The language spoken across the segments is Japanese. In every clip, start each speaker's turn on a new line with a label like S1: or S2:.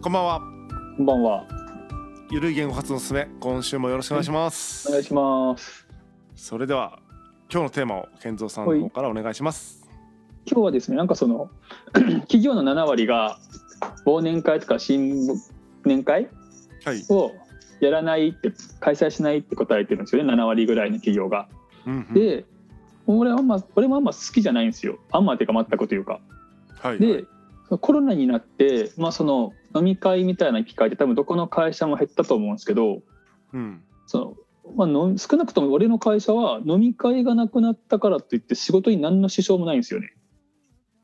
S1: こんばんは。
S2: こんばんは。
S1: ゆるい言語発のすすめ、今週もよろしくお願いします。
S2: お願いします。
S1: それでは、今日のテーマを健三さんの方からお願いします。
S2: 今日はですね、なんかその 企業の7割が忘年会とか新年会
S1: はい。
S2: をやらないって開催しないって答えてるんですよね。7割ぐらいの企業が。
S1: うんうん
S2: で、俺はあんま俺もあんま好きじゃないんですよ。あんまっていうか全くというか。
S1: はい。
S2: で、コロナになって、まあその飲み会みたいな機会って多分どこの会社も減ったと思うんですけど、
S1: うん。
S2: そのまあ、の少なくとも俺の会社は飲み会がなくなったからといって仕事に何の支障もないんですよね。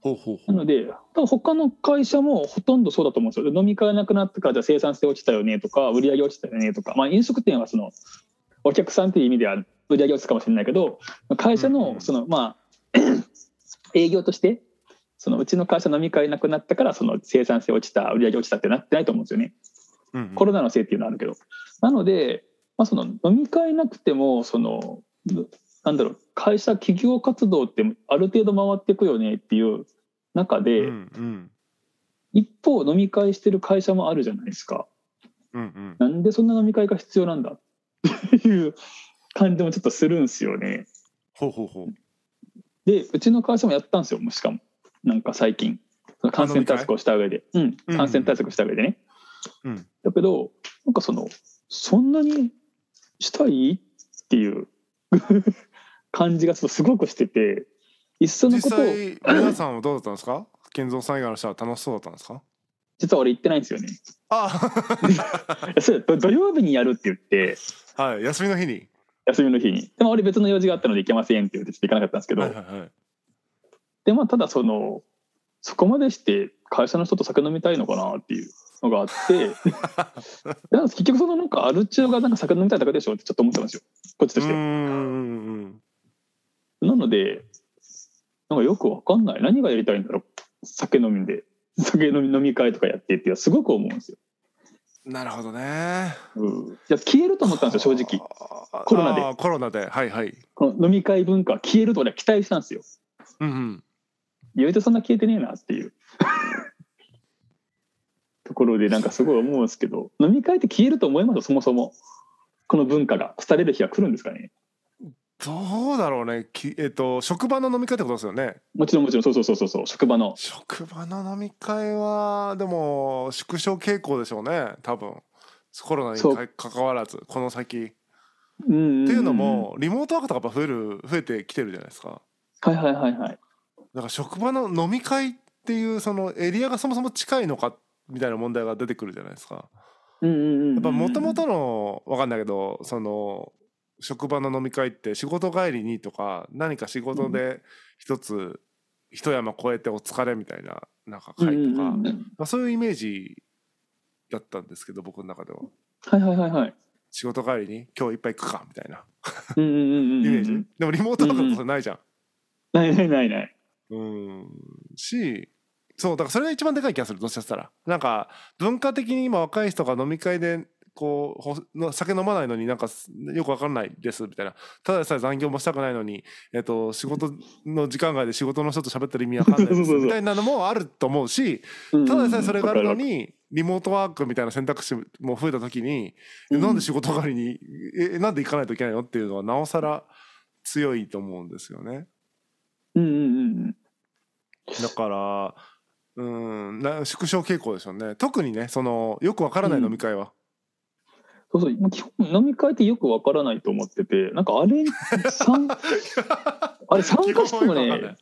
S1: ほうほうほ
S2: な
S1: う。
S2: ので多分他の会社もほとんどそうだと思うんですよ。飲み会がなくなったからじゃあ生産性落ちたよねとか売り上げ落ちたよねとか、まあ、飲食店はそのお客さんという意味では売り上げ落ちたかもしれないけど会社
S1: うんうん
S2: のその、まあ 営業としてそのうちの会社飲み会なくなったからその生産性落ちた売り上げ落ちたってなってないと思うんですよね。
S1: うんうん
S2: コロナのせいっていうのはあるけど。なので、まあ、その飲み会なくても、その、なんだろう、会社、企業活動ってある程度回っていくよねっていう中で、
S1: うんうん。
S2: 一方飲み会してる会社もあるじゃないですか。
S1: うんうん。
S2: なんでそんな飲み会が必要なんだ っていう感じもちょっとするんですよね。
S1: ほうほうほう。
S2: で、うちの会社もやったんですよ、もうしかも。なんか最近。その感染対策をした上で。うん、
S1: うん
S2: 感染対策した上でね。
S1: うん。
S2: だけど、なんかその、そんなにしたいっていう 感じがちょっとすごくしてて、いっその
S1: 実
S2: ことを、
S1: 際、皆さんはどうだったんですか。健三さん以外の人は楽しそうだったんですか。
S2: 実は俺行ってないんです よね。
S1: あ、
S2: それ土土曜日にやるって言って、
S1: はい。休みの日に。
S2: 休みの日に。でも俺別の用事があったので行けませんって言ってちょっと行かなかったんですけど、
S1: はいはいはい。
S2: で、まあただその、そこまでして会社の人と酒飲みたいのかなっていうのが あって、でなんか結局そのなんかアル中がなんか酒飲みたいだけでしょってちょっと思ってたんですよ。こっち
S1: う
S2: としては。
S1: んうんうん。
S2: なので、なんかよくわかんない。何がやりたいんだろう。酒飲みで、酒飲み飲み会とかやってっていうのはすごく思うんですよ。
S1: なるほどね。
S2: うん、いや消えると思ったんですよ、正直。
S1: 直
S2: コロナで
S1: コロナで、はいはい。
S2: この飲み会文化は消えると俺は期待したんですよ。
S1: うんうん。
S2: 言うてそんな消えてねえなっていう ところで、なんかすごい思うんですけど、飲み会って消えると思いますそもそも。この文化が廃れる日が来るんですかね。
S1: どうだろうね。きえっ、と職場の飲み会ってことですよね。
S2: もちろんもちろん、そうそうそうそうそう、職場の。
S1: 職場の飲み会はでも縮小傾向でしょうね。多分コロナに
S2: そう
S1: か関わらずこの先。っ
S2: うんんん
S1: ていうの。もリモートワークとかやっぱ増える増えてきてるじゃないですか。
S2: はいはいはいはい。
S1: だから職場の飲み会っていうそのエリアがそもそも近いのかみたいな問題が出てくるじゃないですか。
S2: うんうんうんうん。
S1: やっぱもともとの分かんないけどその職場の飲み会って仕事帰りにとか何か仕事で一つ一山越えてお疲れみたいななんか会とか、
S2: うんうん
S1: ま
S2: うん
S1: あ、そういうイメージだったんですけど僕の中では
S2: はいはいはいはい。
S1: 仕事帰りに今日いっぱい行くかみたいな
S2: うんうんうんうん
S1: イ
S2: うん
S1: メージ、でもリモートだからそれないじゃん。
S2: ないないないない。
S1: うんしそうだからそれが一番でかい気がするどっちかって言ったらなんか文化的に今若い人が飲み会でこうほの酒飲まないのになんかすよく分かんないですみたいなただでさえ残業もしたくないのに、えっと、仕事の時間外で仕事の人と喋ってる意味わかんないで
S2: そう
S1: す
S2: そうそう
S1: みたいなのもあると思うしただでさえそれがあるのにリモートワークみたいな選択肢も増えた時に、えなんで仕事帰りにえなんで行かないといけないのっていうのはなおさら強いと思うんですよね。
S2: うんうんうん
S1: だからうんな縮小傾向でしょうね特にねそのよくわからない飲み会は、
S2: そうそうもう基本飲み会ってよくわからないと思っててなんかあれ 参あれ参加し
S1: 基本よ
S2: ても
S1: くわかんない
S2: ね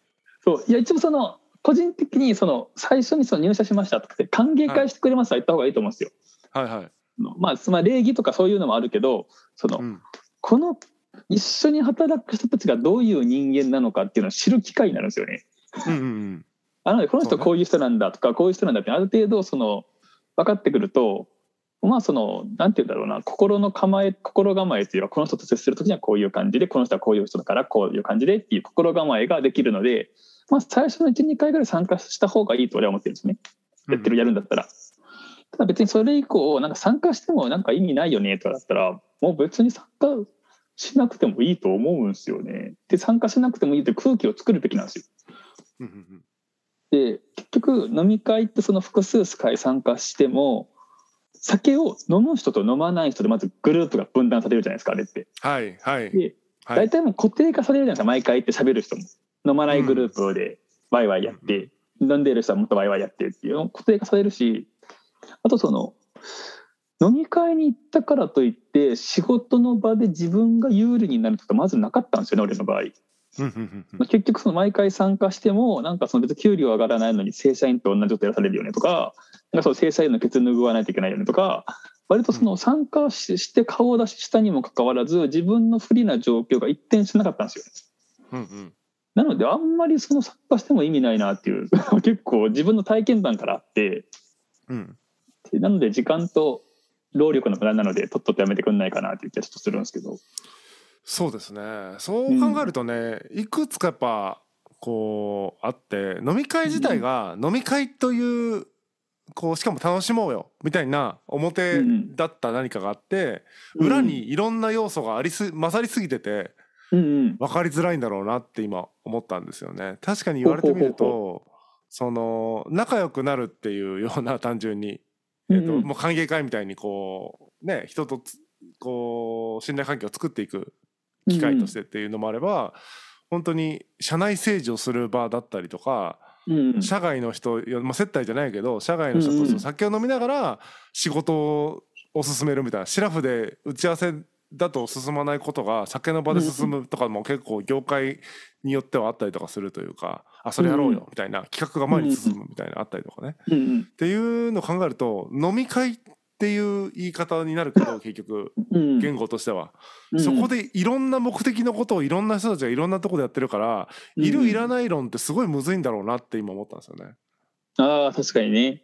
S2: そういや一応その個人的にその最初にその入社しましたとかって歓迎会してくれますは言った方がいいと思うんですよ。
S1: はいはい、
S2: のまあつまり礼儀とかそういうのもあるけどその、
S1: うん、
S2: この一緒に働く人たちがどういう人間なのかっていうのを知る機会になるんですよね。
S1: うんうんうん
S2: あなのでこの
S1: そ
S2: 人
S1: うね
S2: こういう人なんだとかこういう人なんだってある程度その分かってくるとまあそのなんて言うんだろうな心の構え心構えっていうのはこの人と接する時にはこういう感じでこの人はこういう人だからこういう感じでっていう心構えができるので、まあ、最初の12回ぐらい参加した方がいいと俺は思ってるんですねやってるやるんだったら。ただ別にそれ以降なんか参加してもなんか意味ないよねとかだったらもう別に参加しなくてもいいと思うんですよね。で参加しなくてもいいという空気を作るべきなんですよ。
S1: うんうんうん
S2: で結局飲み会ってその複数回参加しても酒を飲む人と飲まない人でまずグループが分断されるじゃないですかあれって
S1: はいはい
S2: で
S1: はい
S2: 大体もう固定化されるじゃないですか毎回って喋る人も飲まないグループでワイワイやって、飲んでる人はもっとワイワイやってっていうの固定化されるしあとその飲み会に行ったからといって仕事の場で自分が有利になることはまずなかったんですよね俺の場合
S1: うんうんうん
S2: まあ結局その毎回参加してもなんかその別に給料上がらないのに正社員と同じことやらされるよねとかなんかその正社員のケツ拭わないといけないよねとか割とその参加しして顔を出ししたにもかかわらず自分の不利な状況が一転しなかったんですよ。
S1: うんうん
S2: なのであんまりその参加しても意味ないなっていう 結構自分の体験談からあって
S1: うん
S2: でなので時間と労力の無駄なのでとっととやめてくんないかなっていう気がちょっとするんですけど。
S1: そうですねそう考えるとね、いくつかやっぱこうあって飲み会自体が飲み会というこうしかも楽しもうよみたいな表だった何かがあって、裏にいろんな要素がありす勝りすぎてて
S2: うんうん
S1: 分かりづらいんだろうなって今思ったんですよね。確かに言われてみる
S2: ほう
S1: とその仲良くなるっていうような単純にえ
S2: うん
S1: っと
S2: うん
S1: もう歓迎会みたいにこうね人とつこう信頼関係を作っていく機会としてっていうのもあれば、本当に社内政治をする場だったりとか、
S2: うんうん
S1: 社外の人、いやまあ、接待じゃないけど社外の人
S2: うん
S1: と
S2: うん
S1: そう酒を飲みながら仕事を進めるみたいなシラフで打ち合わせだと進まないことが酒の場で進むとかも結構業界によってはあったりとかするというか、あそれやろうよみたいな企画が前に進むみたいなあったりとかね。
S2: うんうん
S1: っていうのを考えると飲み会っていう言い方になるけど結局
S2: うん
S1: 言語としては、
S2: うん
S1: そこでいろんな目的のことをいろんな人たちがいろんなとこでやってるから、いるいらない論ってすごいむずいんだろうなって今思ったんですよね。
S2: ああ確かにね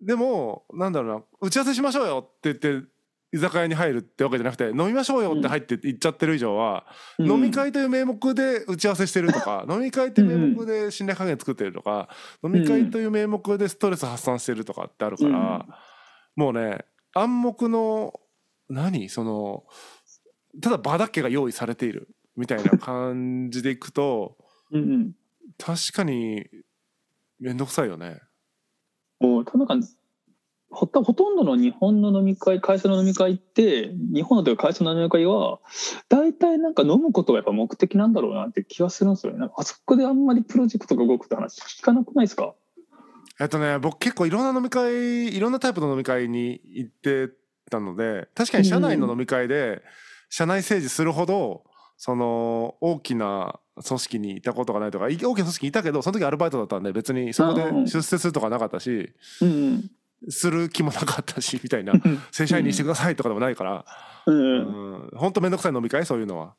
S1: でもなんだろうな打ち合わせしましょうよって言って居酒屋に入るってわけじゃなくて飲みましょうよって入って行っちゃってる以上は、飲み会という名目で打ち合わせしてると か飲み会という名目で信頼関係作ってるとか飲み会という名目でストレス発散してるとかってあるから、もうね暗黙の何そのただ場だけが用意されているみたいな感じでいくと
S2: うんうん
S1: 確かに面倒くさいよね。
S2: もう多分なんかほとほとんどの日本の飲み会会社の飲み会って日本のというか会社の飲み会は大体なんか飲むことがやっぱ目的なんだろうなって気がするんですよねなんかあそこであんまりプロジェクトが動くって話聞かなくないですか
S1: えっとね僕結構いろんな飲み会いろんなタイプの飲み会に行ってたので確かに社内の飲み会で社内政治するほどその大きな組織にいたことがないとかい大きな組織にいたけどその時アルバイトだったんで別にそこで
S2: うんうん
S1: 出世するとかなかったし
S2: うんうん
S1: する気もなかったしみ たいな
S2: うん
S1: 正社員にしてくださいとかでもないから
S2: うんうん
S1: うんほんとめんどくさい飲み会そういうのは。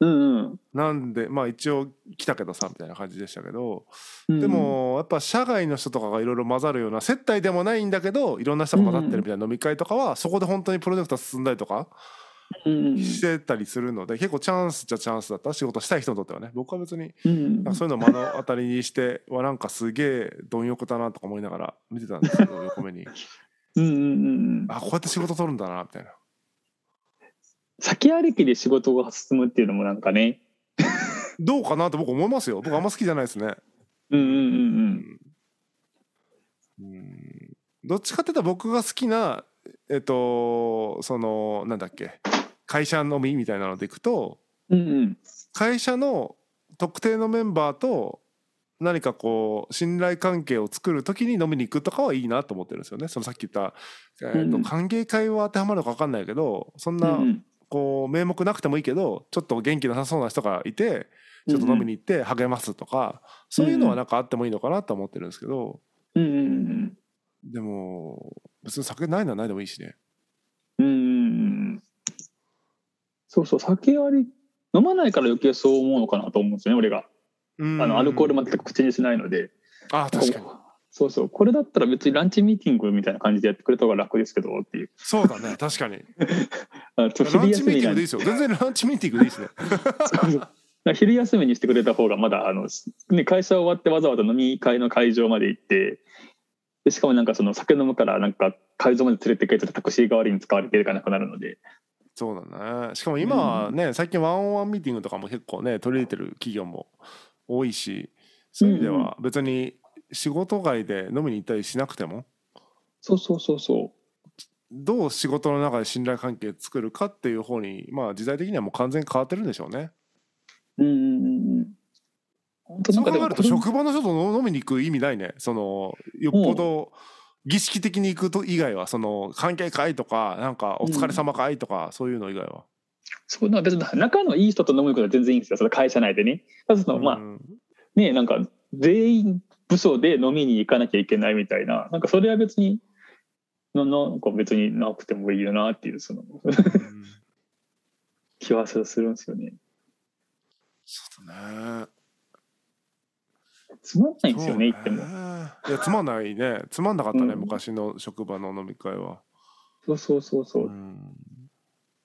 S2: うん
S1: なんでまあ一応来たけどさみたいな感じでしたけど。
S2: うん
S1: でもやっぱ社外の人とかがいろいろ混ざるような接待でもないんだけどいろんな人が混ざってるみたいな飲み会とかはそこで本当にプロジェクトが進んだりとか
S2: うんうん
S1: してたりするので結構チャンスじゃチャンスだった仕事したい人にとってはね僕は別に
S2: うん
S1: なんかそういうのを目の当たりにしてはなんかすげえ貪欲だなとか思いながら見てたんですけ ど横目に
S2: うんうんうん
S1: あこうやって仕事取るんだなみたいな
S2: 先歩きで仕事が進むっていうのもなんかね
S1: どうかなと僕思いますよ僕あんま好きじゃないですね
S2: うんうんうん
S1: うんどっちかって言ったら僕が好きなえっとそのなんだっけ会社飲みみたいなのでいくと
S2: うんうんうん
S1: 会社の特定のメンバーと何かこう信頼関係を作る時に飲みに行くとかはいいなと思ってるんですよね。そのさっき言った、えーと
S2: うん
S1: 歓迎会は当てはまるのか分かんないけどそん
S2: う
S1: なんこう名目なくてもいいけどちょっと元気なさそうな人がいてちょっと飲みに行って励ますとかそういうのはなんかあってもいいのかなと思ってるんですけど
S2: うんうんうん
S1: でも別に酒ないならないでもいいしね。
S2: うんうんうんそうそう酒あり飲まないから余計そう思うのかなと思うんですよね俺があのアルコール全く口にしないので
S1: あ確かに
S2: そうそうこれだったら別にランチミーティングみたいな感じでやってくれた方が楽ですけどっていう
S1: そうだね確か に
S2: あちょっと
S1: ラ
S2: 昼
S1: ンチ
S2: 休
S1: ミーティ
S2: み
S1: ン
S2: な
S1: グでい
S2: ん
S1: い
S2: で
S1: ですよ全然ランチミーティングでいいですね。
S2: そうそうだから昼休みにしてくれた方がまだあの、ね、会社終わってわざわざ飲み会の会場まで行ってでしかもなんかその酒飲むからなんか会場まで連れて帰ったらタクシー代わりに使われてるかなくなるので
S1: そうだねしかも今はね、最近ワンオンワンミーティングとかも結構ね取り入れてる企業も多いしそういう意味で
S2: うんうん
S1: は別に仕事外で飲みに行ったりしなくても
S2: そうそうそうそう
S1: どう仕事の中で信頼関係作るかっていう方にまあ時代的にはもう完全に変わってるんでしょうね。
S2: うんうんうんうん本当な
S1: そうん考
S2: かで
S1: え
S2: も
S1: ると職場の人と飲みに行く意味ないねそのよっぽど儀式的に行くと以外はその関係会とかなんかお疲れ様会とかそういうの以外は。
S2: そうなん別に仲のいい人と飲むことは全然いいんですよその会社内でねただその、まあ
S1: うん
S2: ねなんか全員部署で飲みに行かなきゃいけないみたいななんかそれは別にのなんか別になくてもいいよなっていうその
S1: うん
S2: 気はするんですよね
S1: そうだね。
S2: つまんないんですよね行っても
S1: そうねいやつまんないねつまんなかったね、
S2: うん
S1: 昔の職場の飲み会は。
S2: そうそうそうそう、
S1: うん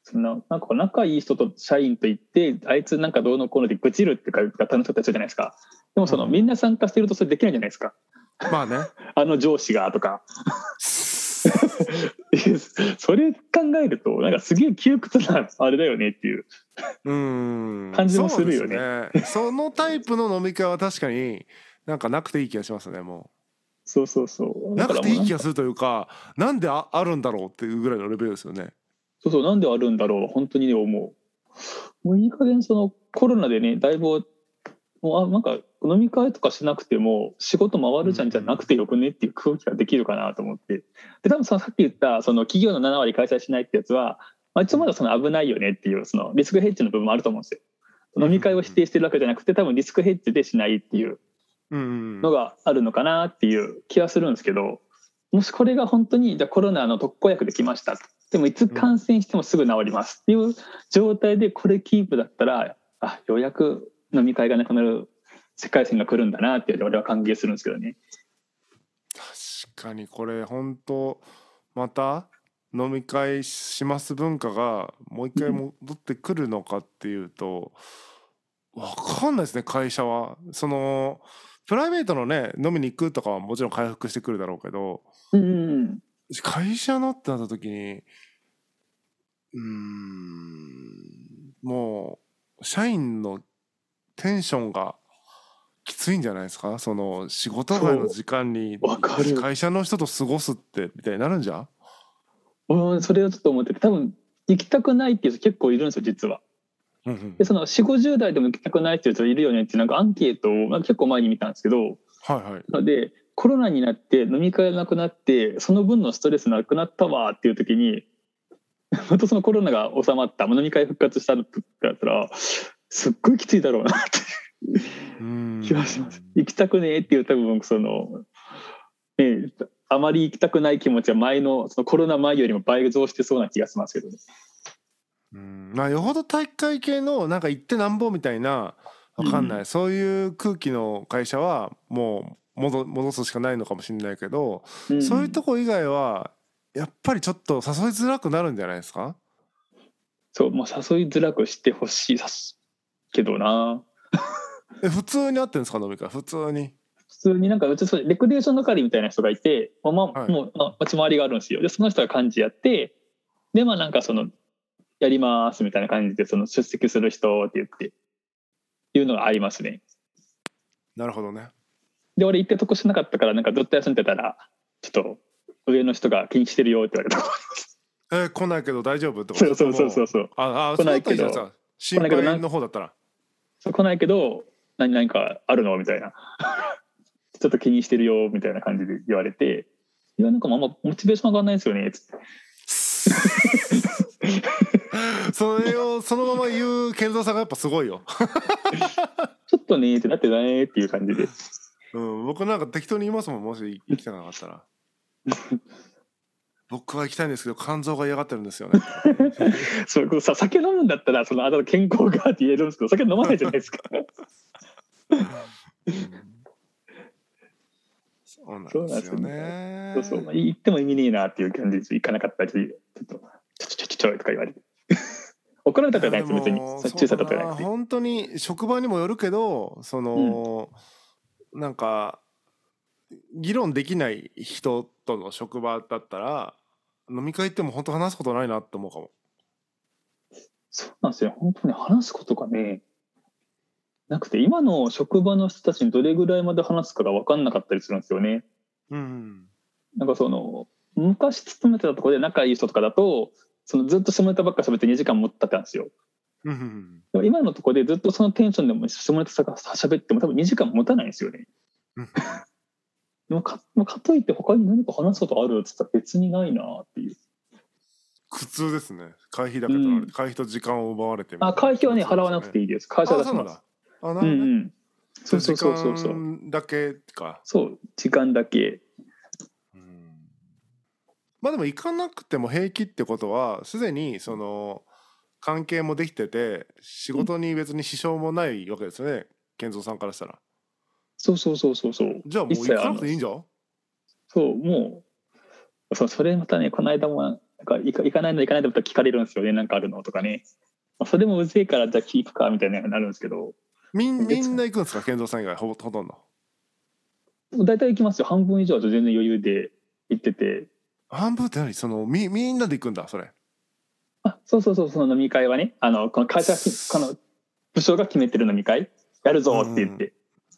S2: そんななんか仲いい人と社員と行ってあいつなんかどうのこうので愚痴るっていうか楽しかったりするじゃないですかでもその、
S1: うん
S2: みんな参加してるとそれできないじゃないですか
S1: まあ ね。
S2: あの上司がとか それ考えるとなんかすげえ窮屈なあれだよねっていう
S1: うん
S2: 感じもするよね
S1: そうですねそのタイプの飲み会は確かになんかなくていい気がしますねも
S2: そうそうそう
S1: う
S2: だ
S1: な
S2: から
S1: く
S2: も
S1: て
S2: う
S1: いい気がするというかなんでああるんだろうっていうぐらいのレベルですよね
S2: そうそうなんであるんだろう本当にね思うもういい加減そのコロナでねだいぶもうあなんか飲み会とかしなくても仕事回るじゃんじゃなくてよくねっていう空気ができるかなと思ってで多分そのさっき言ったその企業の7割開催しないってやつは、まあ、一応まだその危ないよねっていうそのリスクヘッジの部分もあると思うんですよ飲み会を否定してるわけじゃなくて多分リスクヘッジでしないっていう
S1: うん
S2: のがあるのかなっていう気はするんですけどもしこれが本当にじゃあコロナの特効薬できましたでもいつ感染してもすぐ治りますっていう状態でこれキープだったらあようやく飲み会がなくなる世界線が来るんだなって俺は歓迎するんですけどね。
S1: 確かにこれ本当また飲み会します文化がもう一回
S2: うん
S1: 戻ってくるのかっていうと分かんないですね会社はそのプライベートのね飲みに行くとかはもちろん回復してくるだろうけど
S2: うん
S1: 会社のってなった時にうーんもう社員のテンションがきついんじゃないですかその仕事外の時間に
S2: そうわかる
S1: 会社の人と過ごすってみたいになるんじゃん
S2: うん、それをちょっと思ってて多分行きたくないっていう人結構いるんですよ実は。
S1: うんうん
S2: でその4 5 0代でも行きたくないっていう人いるよねっていうなんかアンケートをまあ結構前に見たんですけど、
S1: はいはい
S2: のでコロナになって飲み会がなくなってその分のストレスなくなったわっていう時に 本当そのコロナが収まった飲み会復活した時だったらすっごいきついだろうな って
S1: うーん
S2: 気がします。行きたくねえっていう多分そのねえあまり行きたくない気持ちは前のそのコロナ前よりも倍増してそうな気がしますけどね。
S1: うんまあよほど体育会系のなんか行ってなんぼみたいなわかんない、
S2: う
S1: そういう空気の会社はもう戻戻すしかないのかもしれないけど、
S2: ん
S1: そういうとこ以外はやっぱりちょっと誘いづらくなるんじゃないですか
S2: そうもう誘いづらくしてほしいさすけどな。
S1: え普通にあってるんですか飲み会普通に
S2: 普通になんかうちそうレクリエーション係みたいな人がいて、まあまあ
S1: はい
S2: もう、まあ、持ち回りがあるんですよでその人が幹事やってでまあなんかそのやりますみたいな感じでその出席する人って言っていうのがありますね
S1: なるほどね
S2: で俺行って得しなかったからなんかずっと休んでたらちょっと上の人が気にしてるよって言われた
S1: えー来ないけど大丈夫ってこと
S2: そうそうそうそううそう
S1: ああそ
S2: 来
S1: うだ
S2: な
S1: っ
S2: い
S1: たらい
S2: け
S1: いじゃ
S2: ど
S1: んさ心
S2: 来ないけどな
S1: 配の方だったら
S2: そう来ないけど何何かあるのみたいな ちょっと気にしてるよみたいな感じで言われていやなんかもうあんまモチベーション上がんないんですよねつって
S1: それをそのまま言う健三さんがやっぱすごいよ、
S2: ちょっとねってなってだねっていう感じで
S1: うん、僕なんか適当に言いますもんもし行きたくなかったら僕は行きたいんですけど肝臓が嫌がってるんですよね
S2: そうこうさ酒飲むんだったらそのあと健康がって言えるんですけど酒飲まないじゃないですか
S1: そうなんですよね
S2: そうそう、まあ、言っても意味ねえなっていう感じで行かなかったりちょっと「ちょちょちょちょ」とか言われて 怒られたとかないです別に
S1: いやでも
S2: そ注射とかじゃな
S1: そうだ
S2: くて
S1: な本当に職場にもよるけどその、なんか議論できない人との職場だったら飲み会行っても本当話すことないなって思うかも
S2: そうなんですよ本当に話すことがねなくて今の職場の人たちにどれぐらいまで話すかが分かんなかったりするんですよね
S1: うん
S2: なんかその昔勤めてたところで仲いい人とかだとそのずっと下ネタばっか喋って2時間持ったってたんですよ
S1: うんうんうん
S2: でも今のところでずっとそのテンションでも下ネタばっか喋っても多分2時間持たないんですよね
S1: うん。
S2: でもかもうかといって他に何か話すことあるっつったら別にないなっていう
S1: 苦痛ですね会費だけ取られて、会費と時間を奪われてみたい
S2: あ会費はね払わなくて
S1: いい
S2: いいです会社
S1: あ
S2: が出
S1: そ
S2: し
S1: うなん
S2: ます
S1: だあな
S2: う
S1: るほ
S2: んう
S1: どね
S2: んそうそうそうそう
S1: 時
S2: そう
S1: 間だけか
S2: そう時間だけ
S1: うんまあでも行かなくても平気ってことはすでにその関係もできてて仕事に別に支障もないわけですよね健三さんからしたら
S2: そうそうそうそうそう
S1: じゃあもう行かなくていいんじゃん
S2: そう、もう、そうそれまたね、この間も、なんか行か行かないの行かないのって聞かれるんですよね、なんかあるのとかね。まあそれもうぜえから、じゃあ聞くか、みたいなのになるんですけど、
S1: みんみんな行くんですか健三さん以外ほぼほとんど
S2: 大体行きますよ、半分以上は全然余裕で行ってて、
S1: 半分って何そのみみんなで行くんだそれ
S2: あそうそうそう、その飲み会はね、あのこの会社が、この部署が決めてる飲み会、やるぞって言って、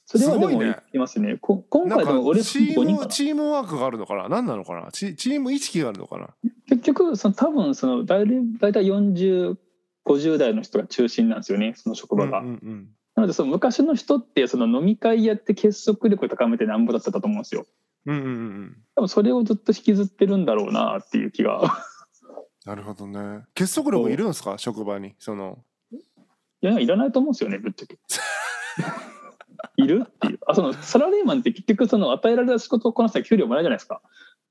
S2: それはです
S1: ご
S2: も
S1: いね
S2: 行きますね。こ今
S1: なん
S2: 回で
S1: か
S2: も俺、
S1: チー
S2: 5人か
S1: ム
S2: な
S1: チームワークがあるのかな何なのかなチチーム意識があるのかな
S2: 結局、その多分その大大体40、50代の人が中心なんですよね、その職場が
S1: うん。うんうん
S2: なのでその昔の人ってその飲み会やって結束力高めてなんぼだったと思うんですよ。
S1: うんうんうんうん
S2: 多分それをずっと引きずってるんだろうなっていう気が。
S1: なるほどね結束力いるんですか職場にその
S2: いやいらないと思うんですよねぶっちゃけ。 いるっていうあそのサラリーマンって結局その与えられた仕事をこなしたら給料もらうじゃないですか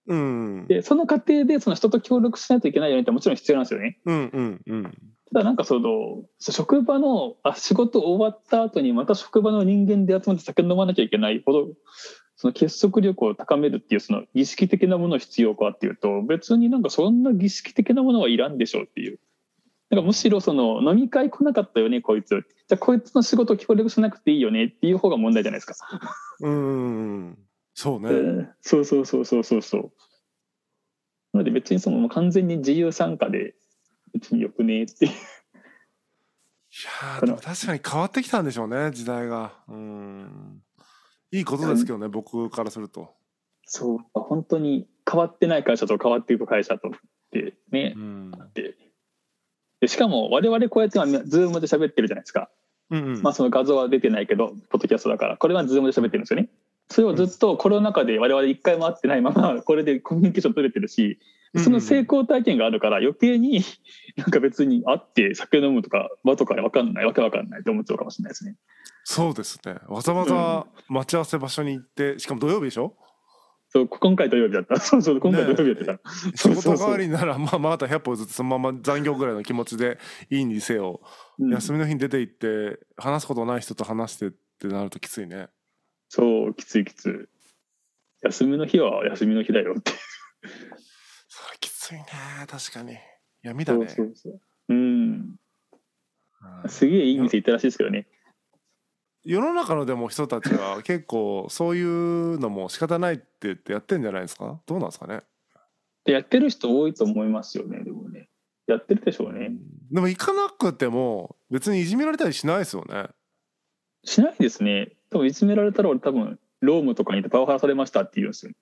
S1: うん
S2: でその過程でその人と協力しないといけないよねってもちろん必要なんですよね
S1: うんうんうん
S2: ただなんかその職場のあ仕事終わった後にまた職場の人間で集まって酒飲まなきゃいけないほどその結束力を高めるっていうその儀式的なもの必要かっていうと別になんかそんな儀式的なものはいらんでしょうっていうなんかむしろその飲み会来なかったよねこいつじゃあこいつの仕事協力しなくていいよねっていう方が問題じゃないですか、
S1: うんうんうんそうね、
S2: うんそうそうそうそうそうそうなので別にそのもう完全に自由参加で別によくねっていう
S1: いやーでも確かに変わってきたんでしょうね時代がうんいいことですけどね、僕からすると、
S2: そう本当に変わってない会社と変わっていく会社とってね
S1: う、ん、
S2: ででしかも我々こうやって今ズームで喋ってるじゃないですか、
S1: うんうん
S2: まあ、その画像は出てないけどポッドキャストだからこれはズームで喋ってるんですよねそれをずっとコロナ禍で我々一回も会ってないままこれでコミュニケーション取れてるしその成功体験があるから余計になんか別に会って酒飲むとか場とか分かんないわけ分かんないって思っちゃうかもしれないですね
S1: そうですねわざわざ待ち合わせ場所に行ってしかも土曜日でしょ
S2: そう今回土曜日だった そうそう今回土曜日だった、
S1: 仕
S2: そうそうそう
S1: 事代わりならまあまた100歩ずつそのまま残業ぐらいの気持ちでいいにせよ、
S2: うん
S1: 休みの日に出て行って話すことない人と話してってなるときついね
S2: そう、きついきつい。休みの日は休みの日だよって。
S1: それきついね確かに闇だね
S2: そうそうそう。うん。
S1: うん
S2: すげえいい店行ったらしいですけどね。
S1: 世の中のでも人たちは結構そういうのも仕方ないって言ってやってんじゃないですかどうなんですかね
S2: でやってる人多いと思いますよね、でもね。やってるでしょうね。
S1: でも行かなくても別にいじめられたりしないですよね
S2: しないですね。多分いじめられたら俺多分、ロームとかにいてパワハラされましたって言うんで すよ、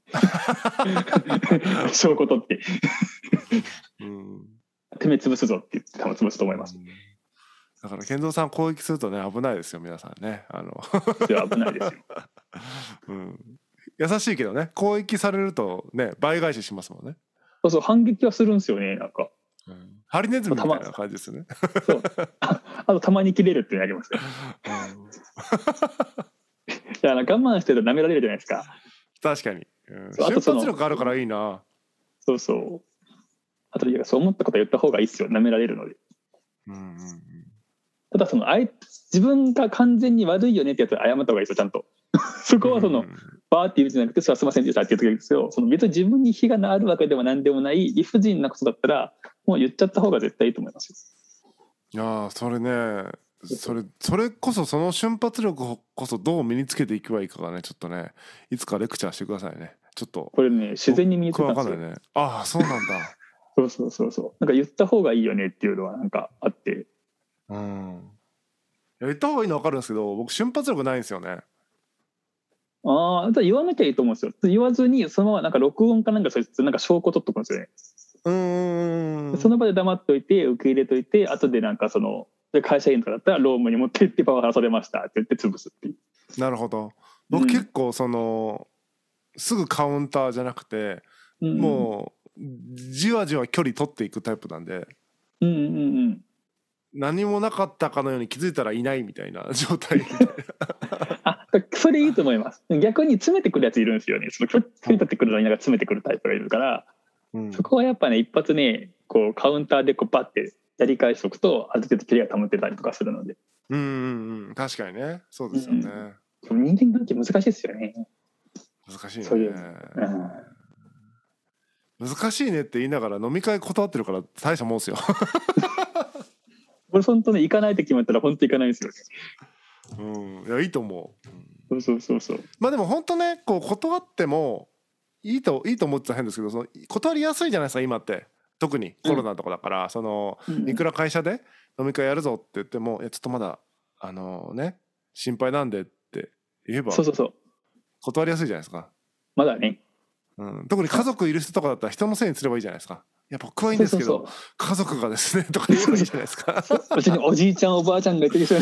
S2: ね。証拠取って。
S1: うん
S2: てめえ潰すぞって言って多分潰すと思 います。
S1: だから健三さん攻撃するとね危ないですよ皆さんねあの、
S2: それは危ないですよ。
S1: うん、優しいけどね攻撃されるとね倍返ししますもんね、
S2: そうそう、反撃はするんですよね、なんか。
S1: ハリネズミみたいな感じですよね、
S2: そう。ああと、たまに切れるっていうのやりますね。
S1: うん
S2: いや、なんか我慢してると舐められるじゃないですか。
S1: 確かに、うん、
S2: そうあ
S1: 瞬
S2: とその
S1: 発力あるからいいな
S2: そうそう。あと、いやそう思ったことは言った方がいいですよ、舐められるので。
S1: うんうんうん
S2: ただ、そのあい自分が完全に悪いよねってやつは謝った方がいいですよ、ちゃんと。 そこはその、
S1: うん
S2: バーって言うんじゃなくて、すいませんでしたって言うときですよ、その別に自分に非があるわけでもなんでもない、理不尽なことだったら、もう言っちゃった方が絶対いいと思いますよ。
S1: いやーそれねそれそれこそその瞬発力こそどう身につけていけばいいかがねちょっとねいつかレクチャーしてくださいねちょっと
S2: これね、自然に身につ
S1: 僕
S2: い
S1: は
S2: たん
S1: 分か
S2: です
S1: ん
S2: よ。
S1: ないねああそうなんだ
S2: そうそうそうそう。なんか言った方がいいよねっていうのはなんかあって、
S1: うんいや言った方がいいの分かるんですけど僕瞬発力ないんですよね
S2: ああ、だから言わなきゃいいと思うんですよ。言わずに、そのままなんか録音かなんかそういうなんか証拠取っとくんですよね。
S1: うーん
S2: その場で黙っといて、受け入れといて、後でなんかその、で会社員とかだったら、ロームに持って行って、パワハラされましたって言って潰すっていう。
S1: なるほど
S2: う
S1: 僕
S2: ん
S1: 結構その、すぐカウンターじゃなくて、
S2: うん
S1: もうじわじわ距離取っていくタイプなんで
S2: うんうんうん
S1: 何もなかったかのように気づいたらいないみたいな状態
S2: あだからそれいいと思います逆に詰めてくるやついるんですよねその距離距離立ってくるのになんか詰めてくるタイプがいるから
S1: うん
S2: そこはやっぱね一発ねこうカウンターでこうバッてやり返しとくとある程度距離が保てたりとかするので
S1: うんうんうん確かにねそうですよね、
S2: 人間関係難しいですよね、
S1: 難しいね
S2: そういううん、
S1: 難しいねって言いながら飲み会断ってるから大したもん ですよ
S2: 俺本当ね行かないと決まったら本当行かないんですよね
S1: うんいやいいと思う、うん
S2: そうそうそうそう
S1: まあでも本当ねこう断ってもいいといいと思ってたら変ですけどその断りやすいじゃないですか今って特にコロナとかだから、そのいくら会社で飲み会やるぞって言っても「いやちょっとまだあのね心配なんで」って言えば
S2: そうそうそう
S1: 断りやすいじゃないですか、
S2: まだね
S1: うん、特に家族いる人とかだったら人のせいにすればいいじゃないですか「いや僕はいいん
S2: そう
S1: です
S2: そう
S1: けど
S2: そう
S1: 家族がですね」とか言えばいいじゃないですか。
S2: 別におじいちゃんおばあちゃんがいてる人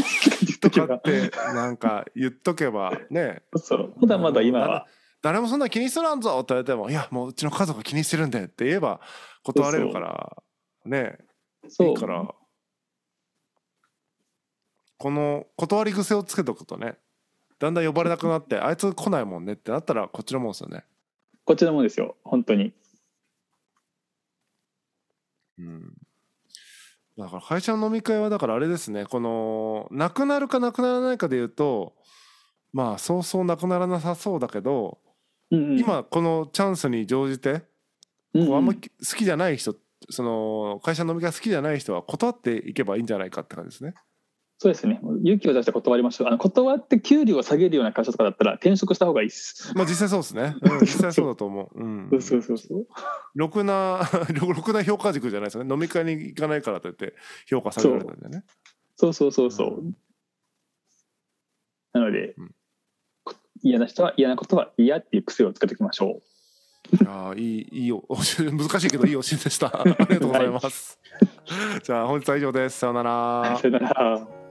S1: と
S2: と
S1: かってなんか言っとけばね
S2: そうまだまだ今は
S1: 誰もそんな気にしとらんぞって言われても「いやもううちの家族気にしてるんで」って言えば断れるからね
S2: そ
S1: いういからこの断り癖をつけとくとねだんだん呼ばれなくなって「あいつ来ないもんね」ってなったらこっちのもんですよね。
S2: こっちのもんですよ本当に
S1: うんだから会社の飲み会はだからあれですねこのなくなるかなくならないかで言うとまあそうそうなくならなさそうだけど、
S2: うんうん
S1: 今このチャンスに乗じて
S2: うん
S1: こう
S2: う
S1: あん
S2: ん
S1: ま好きじゃない人その会社の飲み会好きじゃない人は断っていけばいいんじゃないかって感じですね。
S2: そうですね勇気を出して断りましょうあの断って給料を下げるような会社とかだったら転職した方がいいっす、
S1: まあ実際そうですね。うん、実際そうだと思う。うん。
S2: そうそうそうそう
S1: ろくな ろくな評価軸じゃないですよね。飲み会に行かないからといって評価されるんだよね。
S2: そうそうそうそう、
S1: う
S2: なので、
S1: うん
S2: こ嫌な人は嫌なことは嫌っていう癖をつけておきましょ
S1: いやーいいいいよ 難しいけどいい教えでした。ありがとうございます。じゃあ本日は以上です。さようなら
S2: う。さよなら